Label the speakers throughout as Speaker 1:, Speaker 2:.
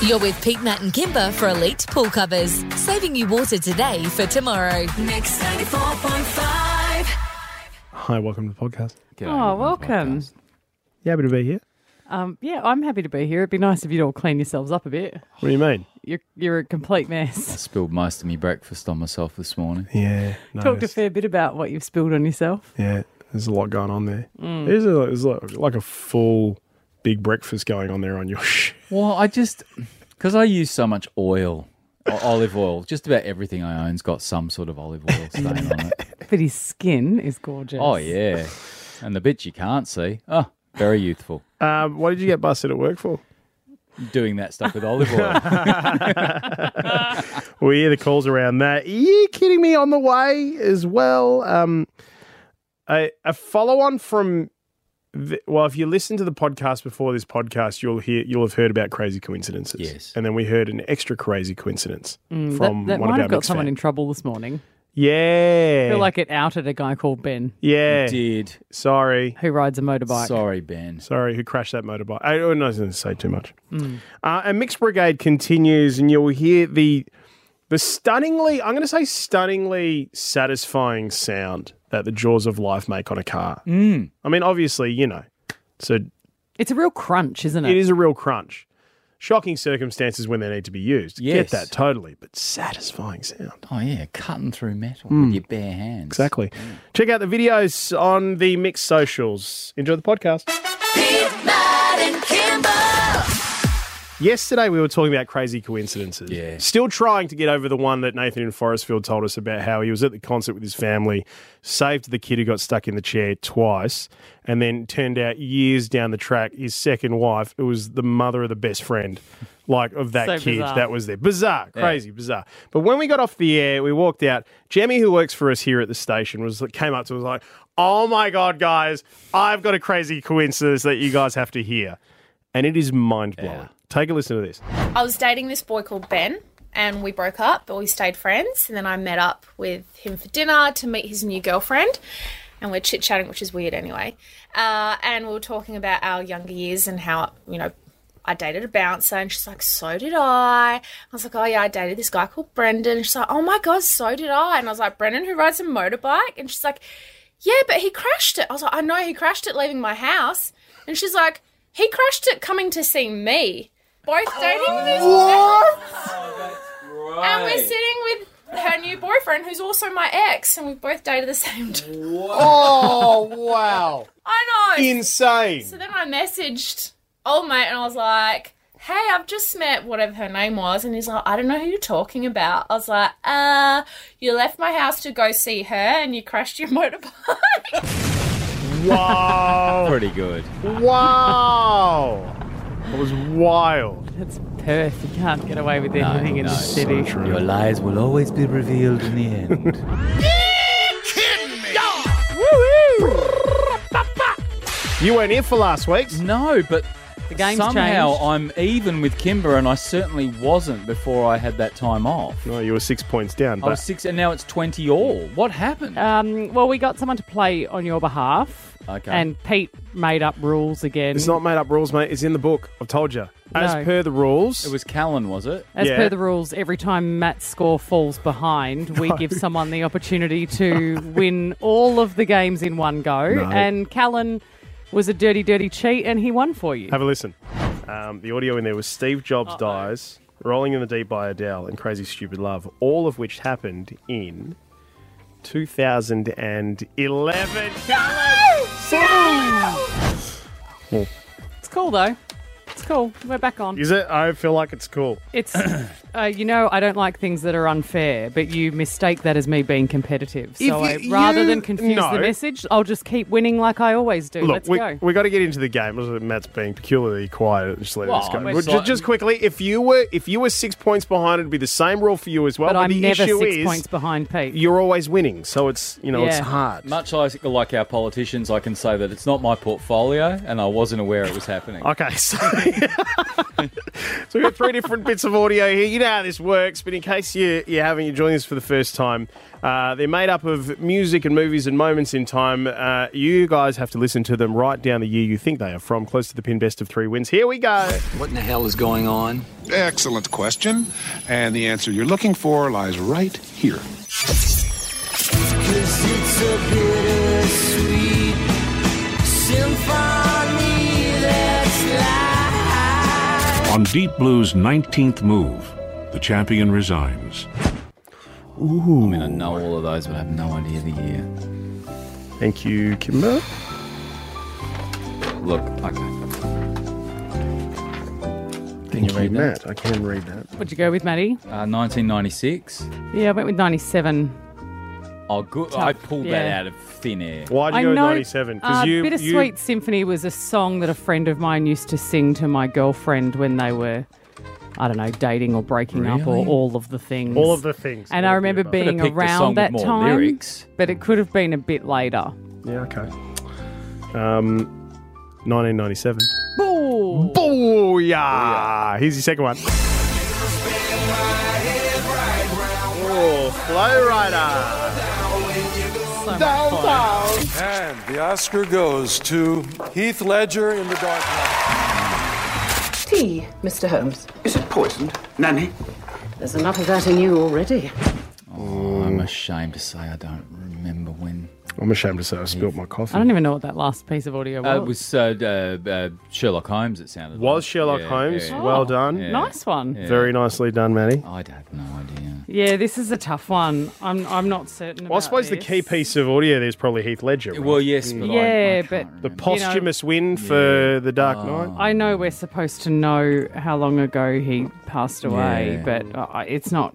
Speaker 1: You're with Pete, Matt, and Kimber for Elite Pool Covers, saving you water today for tomorrow.
Speaker 2: Mix 94.5.
Speaker 3: Hi, welcome to the podcast.
Speaker 4: Oh, welcome.
Speaker 3: You happy to be here?
Speaker 4: Um, yeah, I'm happy to be here. It'd be nice if you'd all clean yourselves up a bit.
Speaker 3: What do you mean?
Speaker 4: You're, you're a complete mess.
Speaker 5: Spilled most of my breakfast on myself this morning.
Speaker 3: Yeah. No,
Speaker 4: Talked a
Speaker 3: it's-
Speaker 4: fair bit about what you've spilled on yourself.
Speaker 3: Yeah, there's a lot going on there.
Speaker 4: Mm.
Speaker 3: There's, a, there's like, like a full big breakfast going on there on your sh-
Speaker 5: Well, I just because I use so much oil, o- olive oil. Just about everything I own's got some sort of olive oil stain on it.
Speaker 4: But his skin is gorgeous.
Speaker 5: Oh yeah, and the bit you can't see. Oh, very youthful.
Speaker 3: Um, What did you get busted at work for?
Speaker 5: Doing that stuff with olive oil.
Speaker 3: We hear the calls around that. Are you kidding me? On the way as well. Um, a, a follow on from. The, well, if you listen to the podcast before this podcast, you'll hear you'll have heard about crazy coincidences.
Speaker 5: Yes.
Speaker 3: and then we heard an extra crazy coincidence
Speaker 4: Mm,
Speaker 3: from
Speaker 4: that that
Speaker 3: one
Speaker 4: might
Speaker 3: of
Speaker 4: have
Speaker 3: our
Speaker 4: got
Speaker 3: mixed
Speaker 4: someone
Speaker 3: fam-
Speaker 4: in trouble this morning.
Speaker 3: Yeah,
Speaker 4: I feel like it outed a guy called Ben
Speaker 3: yeah.
Speaker 5: Did
Speaker 3: Sorry,
Speaker 4: who rides a motorbike.
Speaker 5: sorry, Ben.
Speaker 3: Sorry, who crashed that motorbike? I, I was not going to say too much. Uh, and Mixed Brigade continues, and you'll hear the the stunningly, I'm going to say stunningly satisfying sound that the jaws of life make on a car. I mean, obviously, you know, so
Speaker 4: It's a real crunch, isn't it?
Speaker 3: it is a real crunch. Shocking circumstances when they need to be used. Get
Speaker 5: Yes.
Speaker 3: that totally, but satisfying sound.
Speaker 5: Oh yeah, cutting through metal
Speaker 4: Hmm.
Speaker 5: with your bare hands.
Speaker 3: Exactly. Check out the videos on the Mixed Socials. Enjoy the podcast.
Speaker 2: Pete, Matt, and Kimber.
Speaker 3: Yesterday we were talking about crazy coincidences.
Speaker 5: Yeah.
Speaker 3: Still trying to get over the one that Nathan in Forestfield told us about how he was at the concert with his family, saved the kid who got stuck in the chair twice, and then turned out years down the track, his second wife, it was the mother of the best friend, like of that
Speaker 4: So
Speaker 3: kid
Speaker 4: bizarre.
Speaker 3: that was there. Bizarre, crazy, bizarre. But when we got off the air, we walked out. Jemmy, who works for us here at the station, was came up to us like, Oh my god, guys, I've got a crazy coincidence that you guys have to hear. And it is mind blowing. Take a listen to this.
Speaker 6: I was dating this boy called Ben, and we broke up, but we stayed friends. And then I met up with him for dinner to meet his new girlfriend, and we're chit chatting, which is weird anyway. Uh, and we were talking about our younger years and how you know I dated a bouncer, and she's like, "So did I." I was like, "Oh yeah, I dated this guy called Brendan." And she's like, "Oh my god, so did I." And I was like, "Brendan who rides a motorbike?" And she's like, "Yeah, but he crashed it." I was like, "I know he crashed it leaving my house," and she's like, "He crashed it coming to see me." both dating with his and we're sitting with her new boyfriend who's also my ex and we both dated the same time.
Speaker 3: Oh wow!
Speaker 6: I know.
Speaker 3: Insane.
Speaker 6: so then I messaged old mate and I was like, Hey, I've just met whatever her name was and he's like, I don't know who you're talking about. I was like, uh, you left my house to go see her and you crashed your motorbike.
Speaker 3: Wow!
Speaker 5: Pretty good.
Speaker 3: wow! That was wild.
Speaker 4: It's Perth. You can't get away with anything in
Speaker 5: Oh, no,
Speaker 4: this city.
Speaker 5: Your lies will always be revealed in the end.
Speaker 3: You weren't here for last week's.
Speaker 5: no, but
Speaker 4: the game's
Speaker 5: somehow
Speaker 4: changed.
Speaker 5: I'm even with Kimber, and I certainly wasn't before I had that time off.
Speaker 3: No, Oh, you were six points down.
Speaker 5: I
Speaker 3: But
Speaker 5: was six, and now it's twenty all. What happened?
Speaker 4: Um, well, we got someone to play on your behalf.
Speaker 5: Okay.
Speaker 4: And Pete made up rules again.
Speaker 3: it's not made up rules, mate. It's in the book. I've told you. As
Speaker 4: No.
Speaker 3: per the rules,
Speaker 5: it was Callan, was it?
Speaker 4: As
Speaker 3: Yeah.
Speaker 4: per the rules, every time Matt's score falls behind, we give someone the opportunity to win all of the games in one go. And Callan was a dirty, dirty cheat, and he won for you.
Speaker 3: Have a listen. Um, the audio in there was Steve Jobs dies, Rolling in the Deep by Adele, and Crazy Stupid Love, all of which happened in 2011.
Speaker 4: It's cool though. It's cool. We're back on.
Speaker 3: Is it? I feel like it's cool.
Speaker 4: It's, uh, you know, I don't like things that are unfair, but you mistake that as me being competitive. So I,
Speaker 3: If you-
Speaker 4: rather
Speaker 3: you-
Speaker 4: than confuse
Speaker 3: no.
Speaker 4: the message, I'll just keep winning like I always do.
Speaker 3: Look,
Speaker 4: Let's
Speaker 3: we,
Speaker 4: go.
Speaker 3: we got to get into the game. Look, Matt's being peculiarly quiet. Just let
Speaker 5: Well,
Speaker 3: this go.
Speaker 5: we're
Speaker 3: Well, ju-
Speaker 5: sorry.
Speaker 3: just quickly, if you were if you were six points behind, it'd be the same rule for you as well.
Speaker 4: but I'm
Speaker 3: the
Speaker 4: never
Speaker 3: issue
Speaker 4: six
Speaker 3: is
Speaker 4: points behind Pete.
Speaker 3: you're always winning, so it's you know it's
Speaker 4: Yeah.
Speaker 3: hard.
Speaker 5: Much like, like our politicians, I can say that it's not my portfolio, and I wasn't aware it was happening.
Speaker 3: Okay, so So we've got three different bits of audio here. You know how this works, but in case you, you haven't, you're joining us for the first time, uh, they're made up of music and movies and moments in time. Uh, you guys have to listen to them right down the year you think they are from, close to the pin, best of three wins. Here we go.
Speaker 7: What in the hell is going on?
Speaker 8: Excellent question. And the answer you're looking for lies right here.
Speaker 9: On Deep Blue's 19th move, the champion resigns.
Speaker 5: I mean, I know all of those, but I have no idea the year.
Speaker 3: Thank you, Kimber.
Speaker 5: Look, okay.
Speaker 3: Can you read that? I can read that.
Speaker 4: What'd you go with, Maddie?
Speaker 5: Uh, 1996.
Speaker 4: Yeah, I went with 97.
Speaker 5: Oh, good. I
Speaker 4: Tough,
Speaker 5: pulled that
Speaker 4: yeah.
Speaker 5: out of thin air.
Speaker 3: Why did
Speaker 4: I
Speaker 3: you go
Speaker 4: know.
Speaker 3: 97?
Speaker 4: Uh,
Speaker 3: you,
Speaker 4: Bittersweet Symphony was a song that a friend of mine used to sing to my girlfriend when they were, I don't know, dating or breaking up or
Speaker 5: Really?
Speaker 4: all of the things.
Speaker 3: all of the things.
Speaker 4: And I remember being
Speaker 5: picked a song
Speaker 4: around
Speaker 5: with
Speaker 4: that
Speaker 5: more
Speaker 4: time,
Speaker 5: lyrics.
Speaker 4: but it could have been a bit later.
Speaker 3: Yeah, okay. Um, 1997.
Speaker 4: Boo!
Speaker 3: Booyah! Here's your second one. Oh, Flow Rider.
Speaker 10: And the Oscar goes to Heath Ledger in The Dark Knight.
Speaker 11: Tea, Mr. Holmes.
Speaker 7: Is it poisoned, Nanny?
Speaker 11: There's enough of that in you already.
Speaker 5: I'm ashamed to say I don't remember when.
Speaker 3: I'm ashamed to say I spilled my coffee.
Speaker 4: I don't even know what that last piece of audio
Speaker 5: Uh, it was
Speaker 4: was.
Speaker 5: uh, uh, uh, Sherlock Holmes, it sounded like.
Speaker 3: Was Sherlock
Speaker 5: Yeah,
Speaker 3: Holmes?
Speaker 5: yeah.
Speaker 4: Oh.
Speaker 3: Well done.
Speaker 4: Nice one. Yeah.
Speaker 3: Very nicely done, Manny.
Speaker 5: I'd have no idea.
Speaker 4: this is a tough one. I'm I'm not certain.
Speaker 3: Well, I
Speaker 4: about
Speaker 3: suppose the
Speaker 4: this.
Speaker 3: key piece of audio there is probably Heath Ledger. right?
Speaker 5: Well, yes, but I- I,
Speaker 4: Yeah,
Speaker 5: can't
Speaker 4: but-
Speaker 5: remember.
Speaker 3: the posthumous win for The Dark
Speaker 4: Oh.
Speaker 3: Knight.
Speaker 4: I know we're supposed to know how long ago he passed
Speaker 5: Yeah.
Speaker 4: away, but uh, it's not.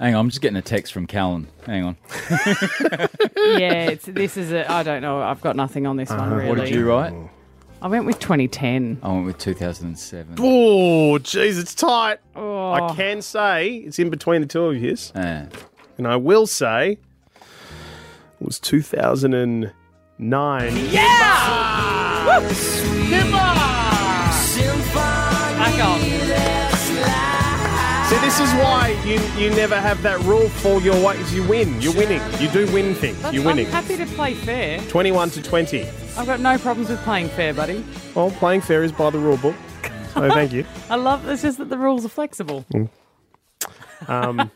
Speaker 5: Hang on, I'm just getting a text from Callan. Hang on.
Speaker 4: Yeah, it's, this is a. I don't know. I've got nothing on this one really.
Speaker 5: Uh-huh. What did you write?
Speaker 4: I went with 2010.
Speaker 5: I went with 2007.
Speaker 3: Oh, jeez, it's tight.
Speaker 4: Oh,
Speaker 3: I can say it's in between the two of you,
Speaker 5: Yeah.
Speaker 3: and I will say it was 2009.
Speaker 4: back on.
Speaker 3: See, this is why you you never have that rule fall your way. 'cause You win. You're winning. You do win things. You're winning.
Speaker 4: I'm happy to play fair.
Speaker 3: 21 to 20.
Speaker 4: I've got no problems with playing fair, buddy.
Speaker 3: Well, playing fair is by the rule book. So thank you.
Speaker 4: I love. It's just that the rules are flexible.
Speaker 5: Mm. Um.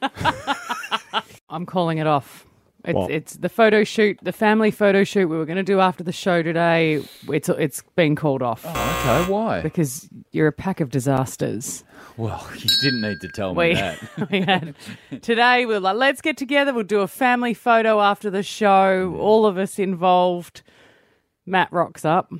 Speaker 4: I'm calling it off. It's,
Speaker 3: What?
Speaker 4: it's the photo shoot, the family photo shoot we were going to do after the show today. It's it's been called off
Speaker 5: Oh. Okay, why?
Speaker 4: because you're a pack of disasters.
Speaker 5: Well, you didn't need to tell me
Speaker 4: We,
Speaker 5: that.
Speaker 4: we had today. We were like, let's get together. We'll do a family photo after the show.
Speaker 5: Mm.
Speaker 4: All of us involved. Matt rocks up.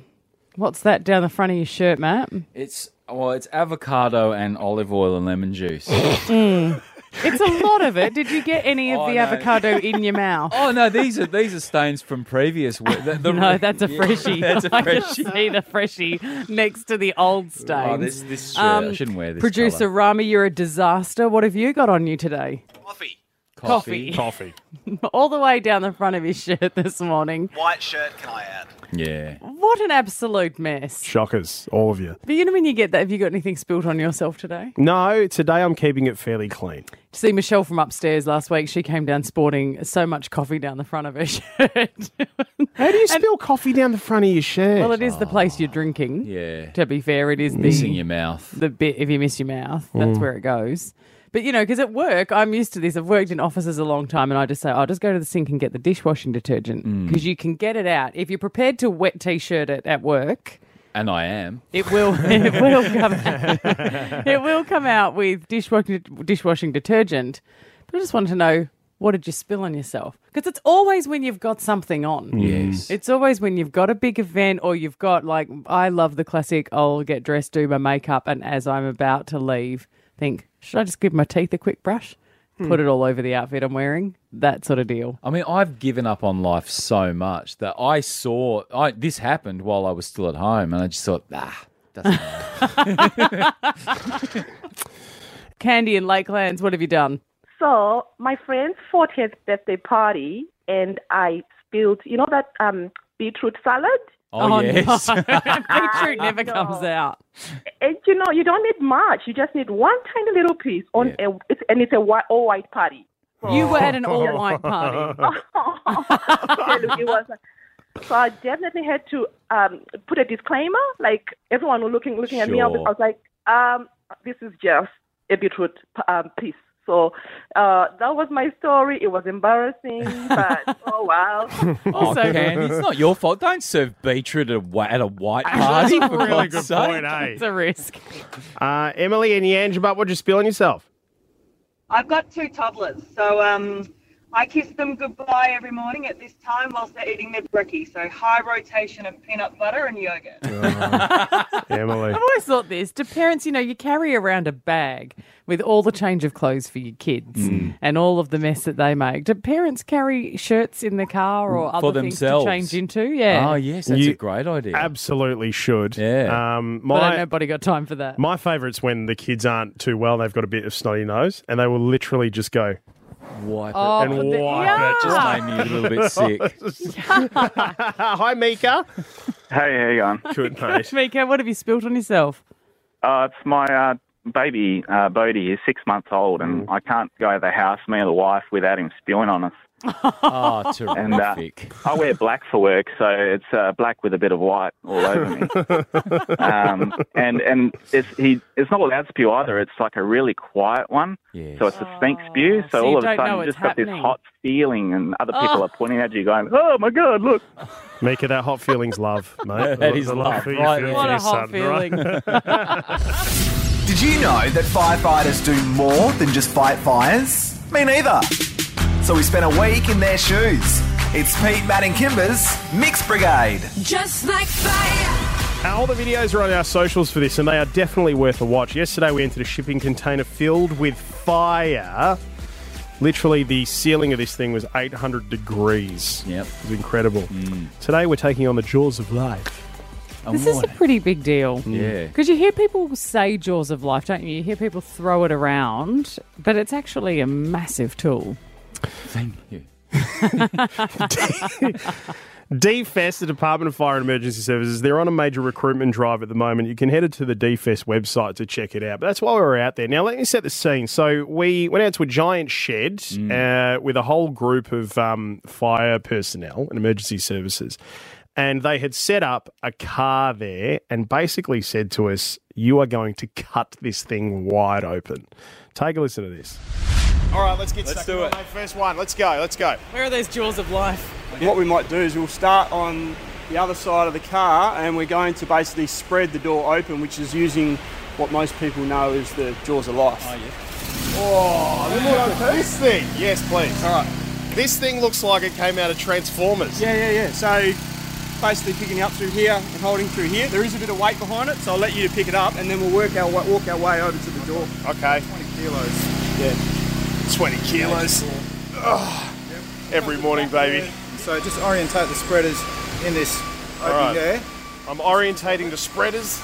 Speaker 4: What's that down the front of your shirt, Matt?
Speaker 5: It's well, it's avocado and olive oil and lemon juice.
Speaker 4: It's a lot of it. Did you get any of
Speaker 5: Oh,
Speaker 4: the
Speaker 5: no.
Speaker 4: avocado in your mouth?
Speaker 5: oh no, these are these are stains from previous. Week. The, the-
Speaker 4: No, that's a freshie.
Speaker 5: Oh, that's a
Speaker 4: I can
Speaker 5: freshie.
Speaker 4: see the freshie next to the old stains.
Speaker 5: Oh, this this shirt. I
Speaker 4: Um,
Speaker 5: shouldn't wear this.
Speaker 4: Producer
Speaker 5: colour.
Speaker 4: Rama, you're a disaster. What have you got on you today?
Speaker 7: Coffee.
Speaker 4: Coffee.
Speaker 3: Coffee.
Speaker 4: All the way down the front of his shirt this morning.
Speaker 7: White shirt, can I add?
Speaker 5: Yeah.
Speaker 4: What an absolute mess.
Speaker 3: Shockers, all of you.
Speaker 4: But you know when you get that, have you got anything spilt on yourself today?
Speaker 3: No, today I'm keeping it fairly clean.
Speaker 4: See Michelle from upstairs last week. She came down sporting so much coffee down the front of her shirt.
Speaker 3: How do you spill coffee down the front of your shirt?
Speaker 4: well, it is the place you're drinking.
Speaker 5: Yeah.
Speaker 4: To be fair, it is the
Speaker 5: Missing Mm. your mouth.
Speaker 4: the bit if you miss your mouth. That's where it goes. But you know, because at work, I'm used to this. I've worked in offices a long time, and I just say, "I'll just go to the sink and get the dishwashing detergent,"
Speaker 5: Mm.
Speaker 4: because you can get it out if you're prepared to wet t-shirt it at work.
Speaker 5: And I am.
Speaker 4: It will, it will come, out, it will come out with dishwashing dishwashing detergent. But I just wanted to know what did you spill on yourself? Because it's always when you've got something on.
Speaker 5: Yes.
Speaker 4: It's always when you've got a big event or you've got like I love the classic I'll get dressed, do my makeup, and as I'm about to leave, think, should I just give my teeth a quick brush?
Speaker 5: Hmm.
Speaker 4: Put it all over the outfit I'm wearing. That sort of deal.
Speaker 5: I mean, I've given up on life so much that I saw I, this happened while I was still at home, and I just thought, ah, doesn't matter."
Speaker 4: Candy and Lakelands, what have you done?
Speaker 11: So, my friend's 40th birthday party, and I spilled, you know, that um, beetroot salad?
Speaker 5: Oh, yes.
Speaker 4: no. Beetroot never comes out.
Speaker 6: And you know, you don't need much. You just need one tiny little piece on a, it's, and it's a white, all white party.
Speaker 4: You were at an all white party.
Speaker 6: it was. So I definitely had to um, put a disclaimer. Like everyone was looking looking at me. I was, I was like, um, "This is just a beetroot um, piece." So uh, that was my story. It was embarrassing, but oh well.
Speaker 5: Oh, Candy, it's not your fault. Don't serve beetroot at a, wa- at a white party.
Speaker 3: That's
Speaker 5: for
Speaker 3: a really
Speaker 5: God's
Speaker 3: good
Speaker 5: sake.
Speaker 3: point, eh?
Speaker 4: It's a risk.
Speaker 3: Uh, Emily and Yanjibat, what'd you spill on yourself?
Speaker 2: I've got two toddlers, so um, I kiss them goodbye every morning at this time whilst they're eating their brekkie. So high rotation of peanut butter and yogurt.
Speaker 3: Emily.
Speaker 4: I've always thought this. Do parents, you know, you carry around a bag with all the change of clothes for your kids and all of the mess that they make. Do parents carry shirts in the car or other
Speaker 5: For
Speaker 4: things to
Speaker 5: themselves.
Speaker 4: change into? Yeah.
Speaker 5: Oh, yes, that's
Speaker 3: You-
Speaker 5: a great idea.
Speaker 3: Absolutely should.
Speaker 5: Yeah.
Speaker 3: Um,
Speaker 4: But ain't
Speaker 3: my
Speaker 4: nobody got time for that.
Speaker 3: my favourite's when the kids aren't too well, they've got a bit of snotty nose, and they will literally just go
Speaker 5: Wipe it.
Speaker 4: Oh,
Speaker 3: and
Speaker 4: but the-
Speaker 3: wipe
Speaker 4: yeah.
Speaker 3: it.
Speaker 5: Just made me a little bit sick.
Speaker 3: Hi, Mika.
Speaker 1: Hey, how you going?
Speaker 3: Good mate.
Speaker 4: Mika, what have you spilt on yourself?
Speaker 1: Uh, it's my uh, baby, uh, Bodie. He's six months old, and I can't go to the house, me or the wife, without him spewing on us.
Speaker 5: Oh,
Speaker 1: And uh,
Speaker 5: terrific.
Speaker 1: I wear black for work, so it's uh, black with a bit of white all over me. um, and and it's he it's not a loud spew either. It's like a really quiet one.
Speaker 5: Yes.
Speaker 1: So it's a stink spew. So,
Speaker 4: So you
Speaker 1: all of a
Speaker 4: don't
Speaker 1: sudden,
Speaker 4: know
Speaker 1: you
Speaker 4: it's
Speaker 1: just got
Speaker 4: happening.
Speaker 1: this hot feeling, and other people
Speaker 4: Oh.
Speaker 1: are pointing at you, going, "Oh my god, look!"
Speaker 3: Mika, that hot feeling's love, mate.
Speaker 5: That is
Speaker 3: The
Speaker 5: love,
Speaker 3: for you
Speaker 5: right
Speaker 3: feel
Speaker 5: there.
Speaker 3: for
Speaker 4: What a
Speaker 3: your
Speaker 4: hot
Speaker 3: son, right?
Speaker 4: feeling.
Speaker 12: Did you know that firefighters do more than just fight fires? Me neither. So we spent a week in their shoes. It's Pete, Matt, and Kimber's Mix Brigade.
Speaker 13: Just like fire.
Speaker 3: Uh, All the videos are on our socials for this, and they are definitely worth a watch. Yesterday, we entered a shipping container filled with fire. Literally, the ceiling of this thing was 800 degrees.
Speaker 5: Yep. Mm.
Speaker 3: It was incredible. Today, we're taking on the jaws of life.
Speaker 5: And
Speaker 4: This is a
Speaker 5: what-
Speaker 4: pretty big deal.
Speaker 5: Yeah.
Speaker 4: Because you hear people say jaws of life, don't you? You hear people throw it around, but it's actually a massive tool.
Speaker 5: Thank you.
Speaker 3: DFest, E the Department of Fire and Emergency Services, they're on a major recruitment drive at the moment. You can head to the DFest website to check it out. But that's why we're out there. Now, let me set the scene. So, we went out to a giant shed uh, with a whole group of um, fire personnel and emergency services. And they had set up a car there and basically said to us, You are going to cut this thing wide open. Take a listen to this.
Speaker 14: All right, let's get
Speaker 3: Let's
Speaker 14: stuck
Speaker 3: do
Speaker 14: in
Speaker 3: it.
Speaker 14: My first one. Let's go. Let's go.
Speaker 4: Where are those jaws of life?
Speaker 14: What we might do is we'll start on the other side of the car, and we're going to basically spread the door open, which is using what most people know is the jaws of life. Oh yeah. Oh, look at this thing. Yes, please. All right. This thing looks like it came out of Transformers. Yeah, yeah, yeah. So basically picking up through here and holding through here. There is a bit of weight behind it, so I'll let you to pick it up, and then we'll work our wa- walk our way over to the door. Okay. 20 kilos. Yeah.
Speaker 3: 20 kilos. Every morning, baby.
Speaker 14: So just orientate the spreaders in this
Speaker 3: All right. I'm orientating the spreaders.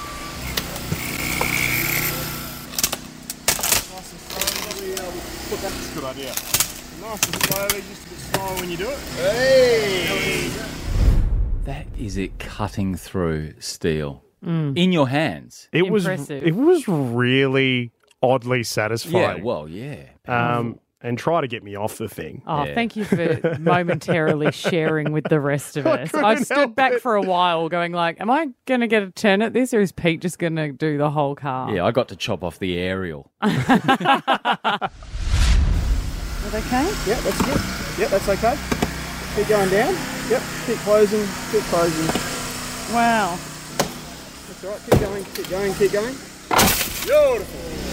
Speaker 14: Good idea. Nice and slowly, just a bit slower when you do it. Hey!
Speaker 5: That is it cutting through steel in your hands.
Speaker 3: It
Speaker 4: Impressive.
Speaker 3: was it was really oddly
Speaker 5: Yeah,
Speaker 3: satisfying.
Speaker 5: well, yeah.
Speaker 3: um, and try to get me off the thing.
Speaker 4: Oh,
Speaker 5: Yeah.
Speaker 4: thank you for momentarily sharing with the rest of us.
Speaker 3: couldn't
Speaker 4: I've stood
Speaker 3: help
Speaker 4: back
Speaker 3: it.
Speaker 4: for a while going like, am I going to get a turn at this or is Pete just going to do the whole car?
Speaker 5: Yeah, I got to chop off the aerial.
Speaker 4: Okay.
Speaker 14: Yep, that's good. Yep, that's okay. Keep going down. Yep, keep closing, keep closing.
Speaker 4: Wow.
Speaker 14: That's alright, keep going, keep going, keep going. Beautiful.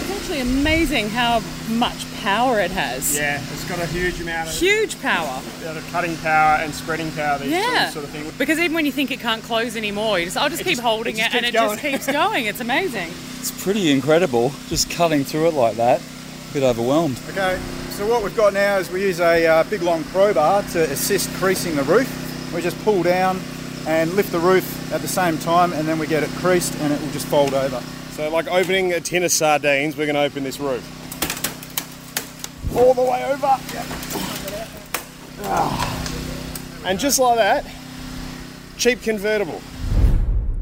Speaker 4: It's actually amazing how much power it has.
Speaker 14: Yeah, it's got a huge amount of,
Speaker 4: Huge power.
Speaker 14: amount of cutting power and spreading power, these
Speaker 4: Yeah.
Speaker 14: sort of thing.
Speaker 4: Because even when you think it can't close anymore, you just, I'll just
Speaker 14: It
Speaker 4: keep
Speaker 14: just-
Speaker 4: holding
Speaker 14: it
Speaker 4: it,
Speaker 14: just
Speaker 4: and it
Speaker 14: keeps
Speaker 4: just keeps going. It's amazing.
Speaker 15: It's pretty incredible, just cutting through it like that. A bit overwhelmed.
Speaker 14: Okay, so what we've got now is we use a uh, big long crowbar to assist creasing the roof. We just pull down and lift the roof at the same time, and then we get it creased and it will just fold over. So, like opening a tin of sardines, we're going to open this roof. All the way over. And just like that,
Speaker 16: cheap convertible.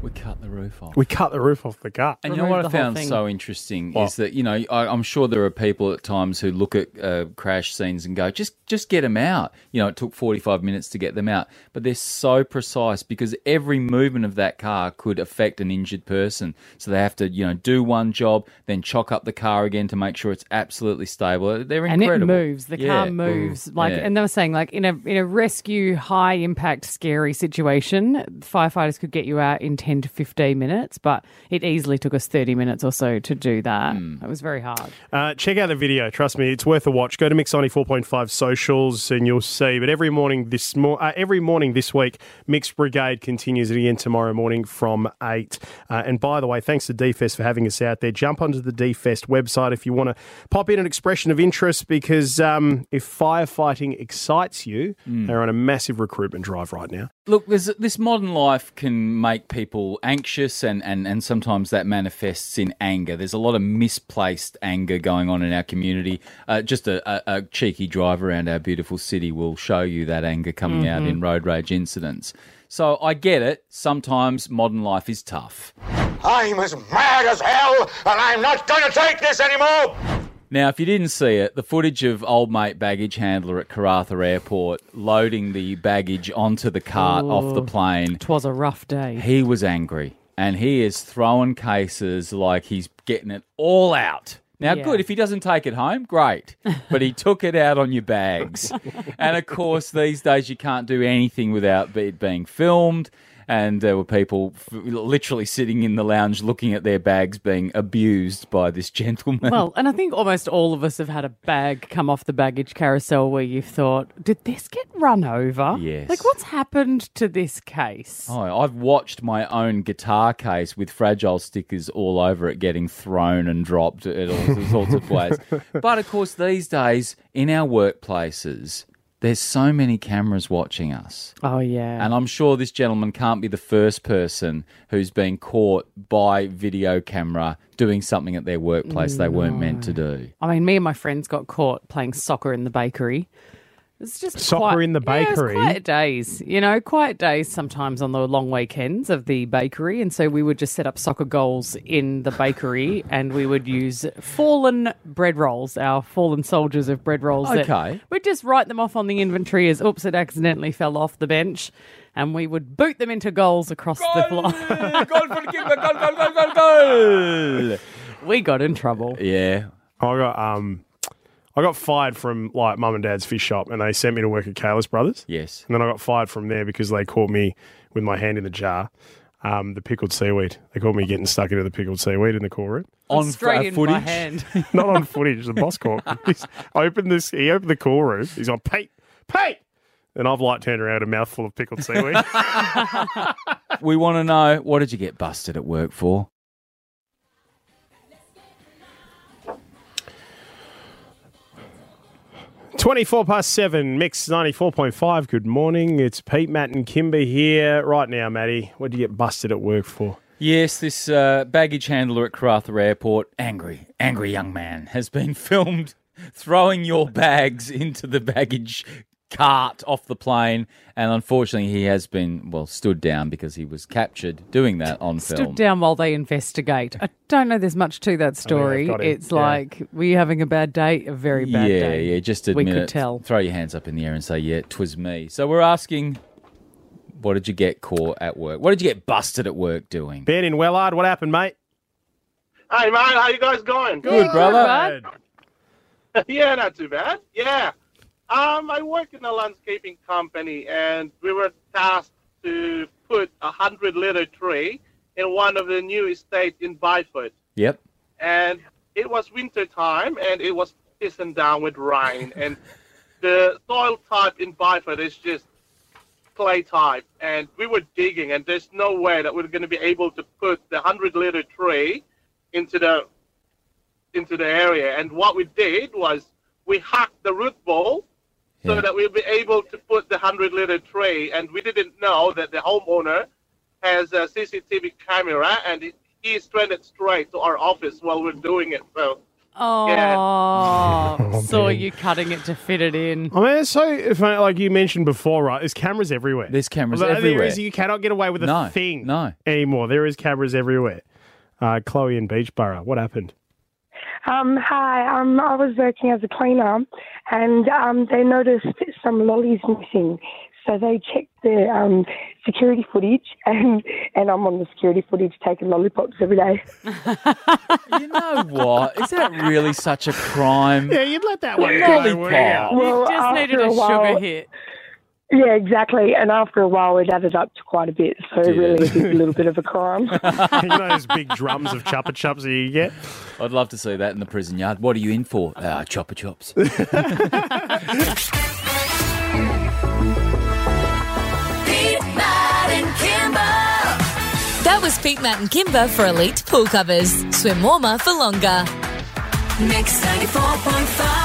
Speaker 5: We cut the roof off.
Speaker 3: We cut the roof off the gut.
Speaker 5: And you know what I found so interesting is that you know I, I'm sure there are people at times who look at uh, crash scenes and go just just get them out. You know it took 45 minutes to get them out, but they're so precise because every movement of that car could affect an injured person. So they have to you know do one job, then chock up the car again to make sure it's absolutely stable. They're
Speaker 4: and
Speaker 5: incredible.
Speaker 4: it moves. The
Speaker 5: Yeah. Mm.
Speaker 4: car moves. Like,
Speaker 5: Yeah.
Speaker 4: and they were saying, like in a in a rescue, high impact, scary situation, firefighters could get you out in ten to fifteen minutes, but it easily took us thirty minutes or so to do that.
Speaker 5: Mm.
Speaker 4: It was very hard.
Speaker 3: Uh, check out the video. Trust me, it's worth a watch. Go to Mixoni 4.5 socials and you'll see. But every morning this mor- uh, every morning this week, Mixed Brigade continues again tomorrow morning from 8. Uh, and by the way, thanks to DFest for having us out there. Jump onto the DFest website if you want to pop in an expression of interest because um, if firefighting excites you, they're on a massive recruitment drive right now.
Speaker 5: Look, there's, this modern life can make people anxious, and, and, and sometimes that manifests in anger. There's a lot of misplaced anger going on in our community. Uh, just a, a, a cheeky drive around our beautiful city will show you that anger coming out
Speaker 17: Mhm.
Speaker 5: in road rage incidents. So I get it. Sometimes modern life is tough.
Speaker 17: I'm as mad as hell, and I'm not going to take this anymore.
Speaker 5: Now, if you didn't see it, the footage of old mate baggage handler at Karatha Airport loading the baggage onto the cart off the
Speaker 4: Ooh.
Speaker 5: plane.
Speaker 4: It was a rough day.
Speaker 5: He was angry and he is throwing cases like he's getting it all out. Now,
Speaker 4: Yeah.
Speaker 5: good, if he doesn't take it home, great. But he took it out on your bags. and of course, these days you can't do anything without it being filmed. And there were people f- literally sitting in the lounge looking at their bags being abused by this gentleman.
Speaker 4: Well, and I think almost all of us have had a bag come off the baggage carousel where you've thought, did this get run over?
Speaker 5: Yes.
Speaker 4: Like, what's happened to this case?
Speaker 5: Oh, I've watched my own guitar case with fragile stickers all over it getting thrown and dropped at all sorts of ways. But of course, these days in our workplaces, there's so many cameras watching us.
Speaker 4: Oh, yeah.
Speaker 5: And I'm sure this gentleman can't be the first person who's been caught by video camera doing something at their workplace they weren't meant to do.
Speaker 4: I mean, me and my friends got caught playing soccer in the bakery. It's just
Speaker 3: Soccer
Speaker 4: quite-
Speaker 3: in the
Speaker 4: yeah, it was
Speaker 3: bakery?
Speaker 4: quiet days, you know, quiet days sometimes on the long weekends of the bakery, and so we would just set up soccer goals in the bakery, and we would use fallen bread rolls, our fallen soldiers of bread rolls. that-
Speaker 5: Okay.
Speaker 4: we'd just write them off on the inventory as oops, it accidentally fell off the bench, and we would boot them into goals across the floor. we got in trouble.
Speaker 5: Yeah.
Speaker 3: I got um I got fired from like mum and dad's fish shop and they sent me to work at Kayla's Brothers.
Speaker 5: Yes.
Speaker 3: And then I got fired from there because they caught me with my hand in the jar. Um, the pickled seaweed. They caught me getting stuck into the pickled seaweed in the call room.
Speaker 5: On f- Straight uh, in my footage?
Speaker 4: hand.
Speaker 3: Not on footage, the boss caught me. He's opened this he opened the call room. He's on Pete, Pete and I've like turned around with a mouthful of pickled seaweed.
Speaker 5: we want to know what did you get busted at work for?
Speaker 3: Twenty four past seven, mix ninety four point five. Good morning. It's Pete, Matt and Kimber here. Right now, Maddie. What do you get busted at work for?
Speaker 5: Yes, this uh, baggage handler at Karatha Airport, angry, angry young man, has been filmed throwing your bags into the baggage cart off the plane. And unfortunately, he has been, well, stood down because he was captured doing that on film.
Speaker 4: stood down while they investigate. I don't know there's much to that story.
Speaker 5: got him.
Speaker 4: it's
Speaker 5: Yeah.
Speaker 4: like, were you having a bad day? A very
Speaker 5: yeah,
Speaker 4: bad day.
Speaker 5: yeah, just
Speaker 4: We
Speaker 5: admit
Speaker 4: could
Speaker 5: it.
Speaker 4: tell.
Speaker 5: Throw your hands up in the air and say, yeah, 'twas me. So we're asking, what did you get caught at work? What did you get busted at work doing?
Speaker 3: Ben in Wellard, what happened, mate?
Speaker 14: Hey, mate, how you guys going?
Speaker 5: Good, Good, brother.
Speaker 14: yeah, not too bad. Yeah. Um, I work in a landscaping company, and we were tasked to put a 100-litre tree in one of the new estates in Byford.
Speaker 5: Yep.
Speaker 14: And it was winter time, and it was pissing down with rain. and the soil type in Byford is just clay type. And we were digging, and there's no way that we're going to be able to put the 100-litre tree into the into the area. And what we did was we hacked the root ball so that we'll be able to put the 100 liter tray. And we didn't know that the homeowner has a CCTV camera and he- he's stranded straight to our office while we're doing it. So
Speaker 4: Oh,
Speaker 3: Oh,
Speaker 4: saw
Speaker 3: man.
Speaker 4: you cutting it to fit it in.
Speaker 3: I mean, it's so funny. Like you mentioned before, right? There's cameras everywhere. There's
Speaker 5: cameras
Speaker 3: There
Speaker 5: everywhere.
Speaker 3: is, you cannot get away with a
Speaker 5: No,
Speaker 3: thing no. anymore. There is cameras everywhere. Uh, Chloe in Beachborough, what happened?
Speaker 6: Um, hi, um, I was working as a cleaner and um, they noticed some lollies missing. So they checked the um, security footage and, and I'm on the security footage taking lollipops every day.
Speaker 5: What is that really such a crime?
Speaker 3: Yeah, you'd let that one go. wouldn't you?
Speaker 5: Lollipop.
Speaker 6: Well, after while- Yeah, exactly. And after a while, it added up to quite a bit. So really, it is a little bit of a crime.
Speaker 3: you know those big drums of chopper chops that you get?
Speaker 5: I'd love to see that in the prison yard. What are you in for? Uh, chopper chops.
Speaker 2: Pete, Matt, and Kimber.
Speaker 1: That was Pete, Matt, and Kimber for Elite Pool Covers. Swim warmer for longer.
Speaker 2: Mix 94.5.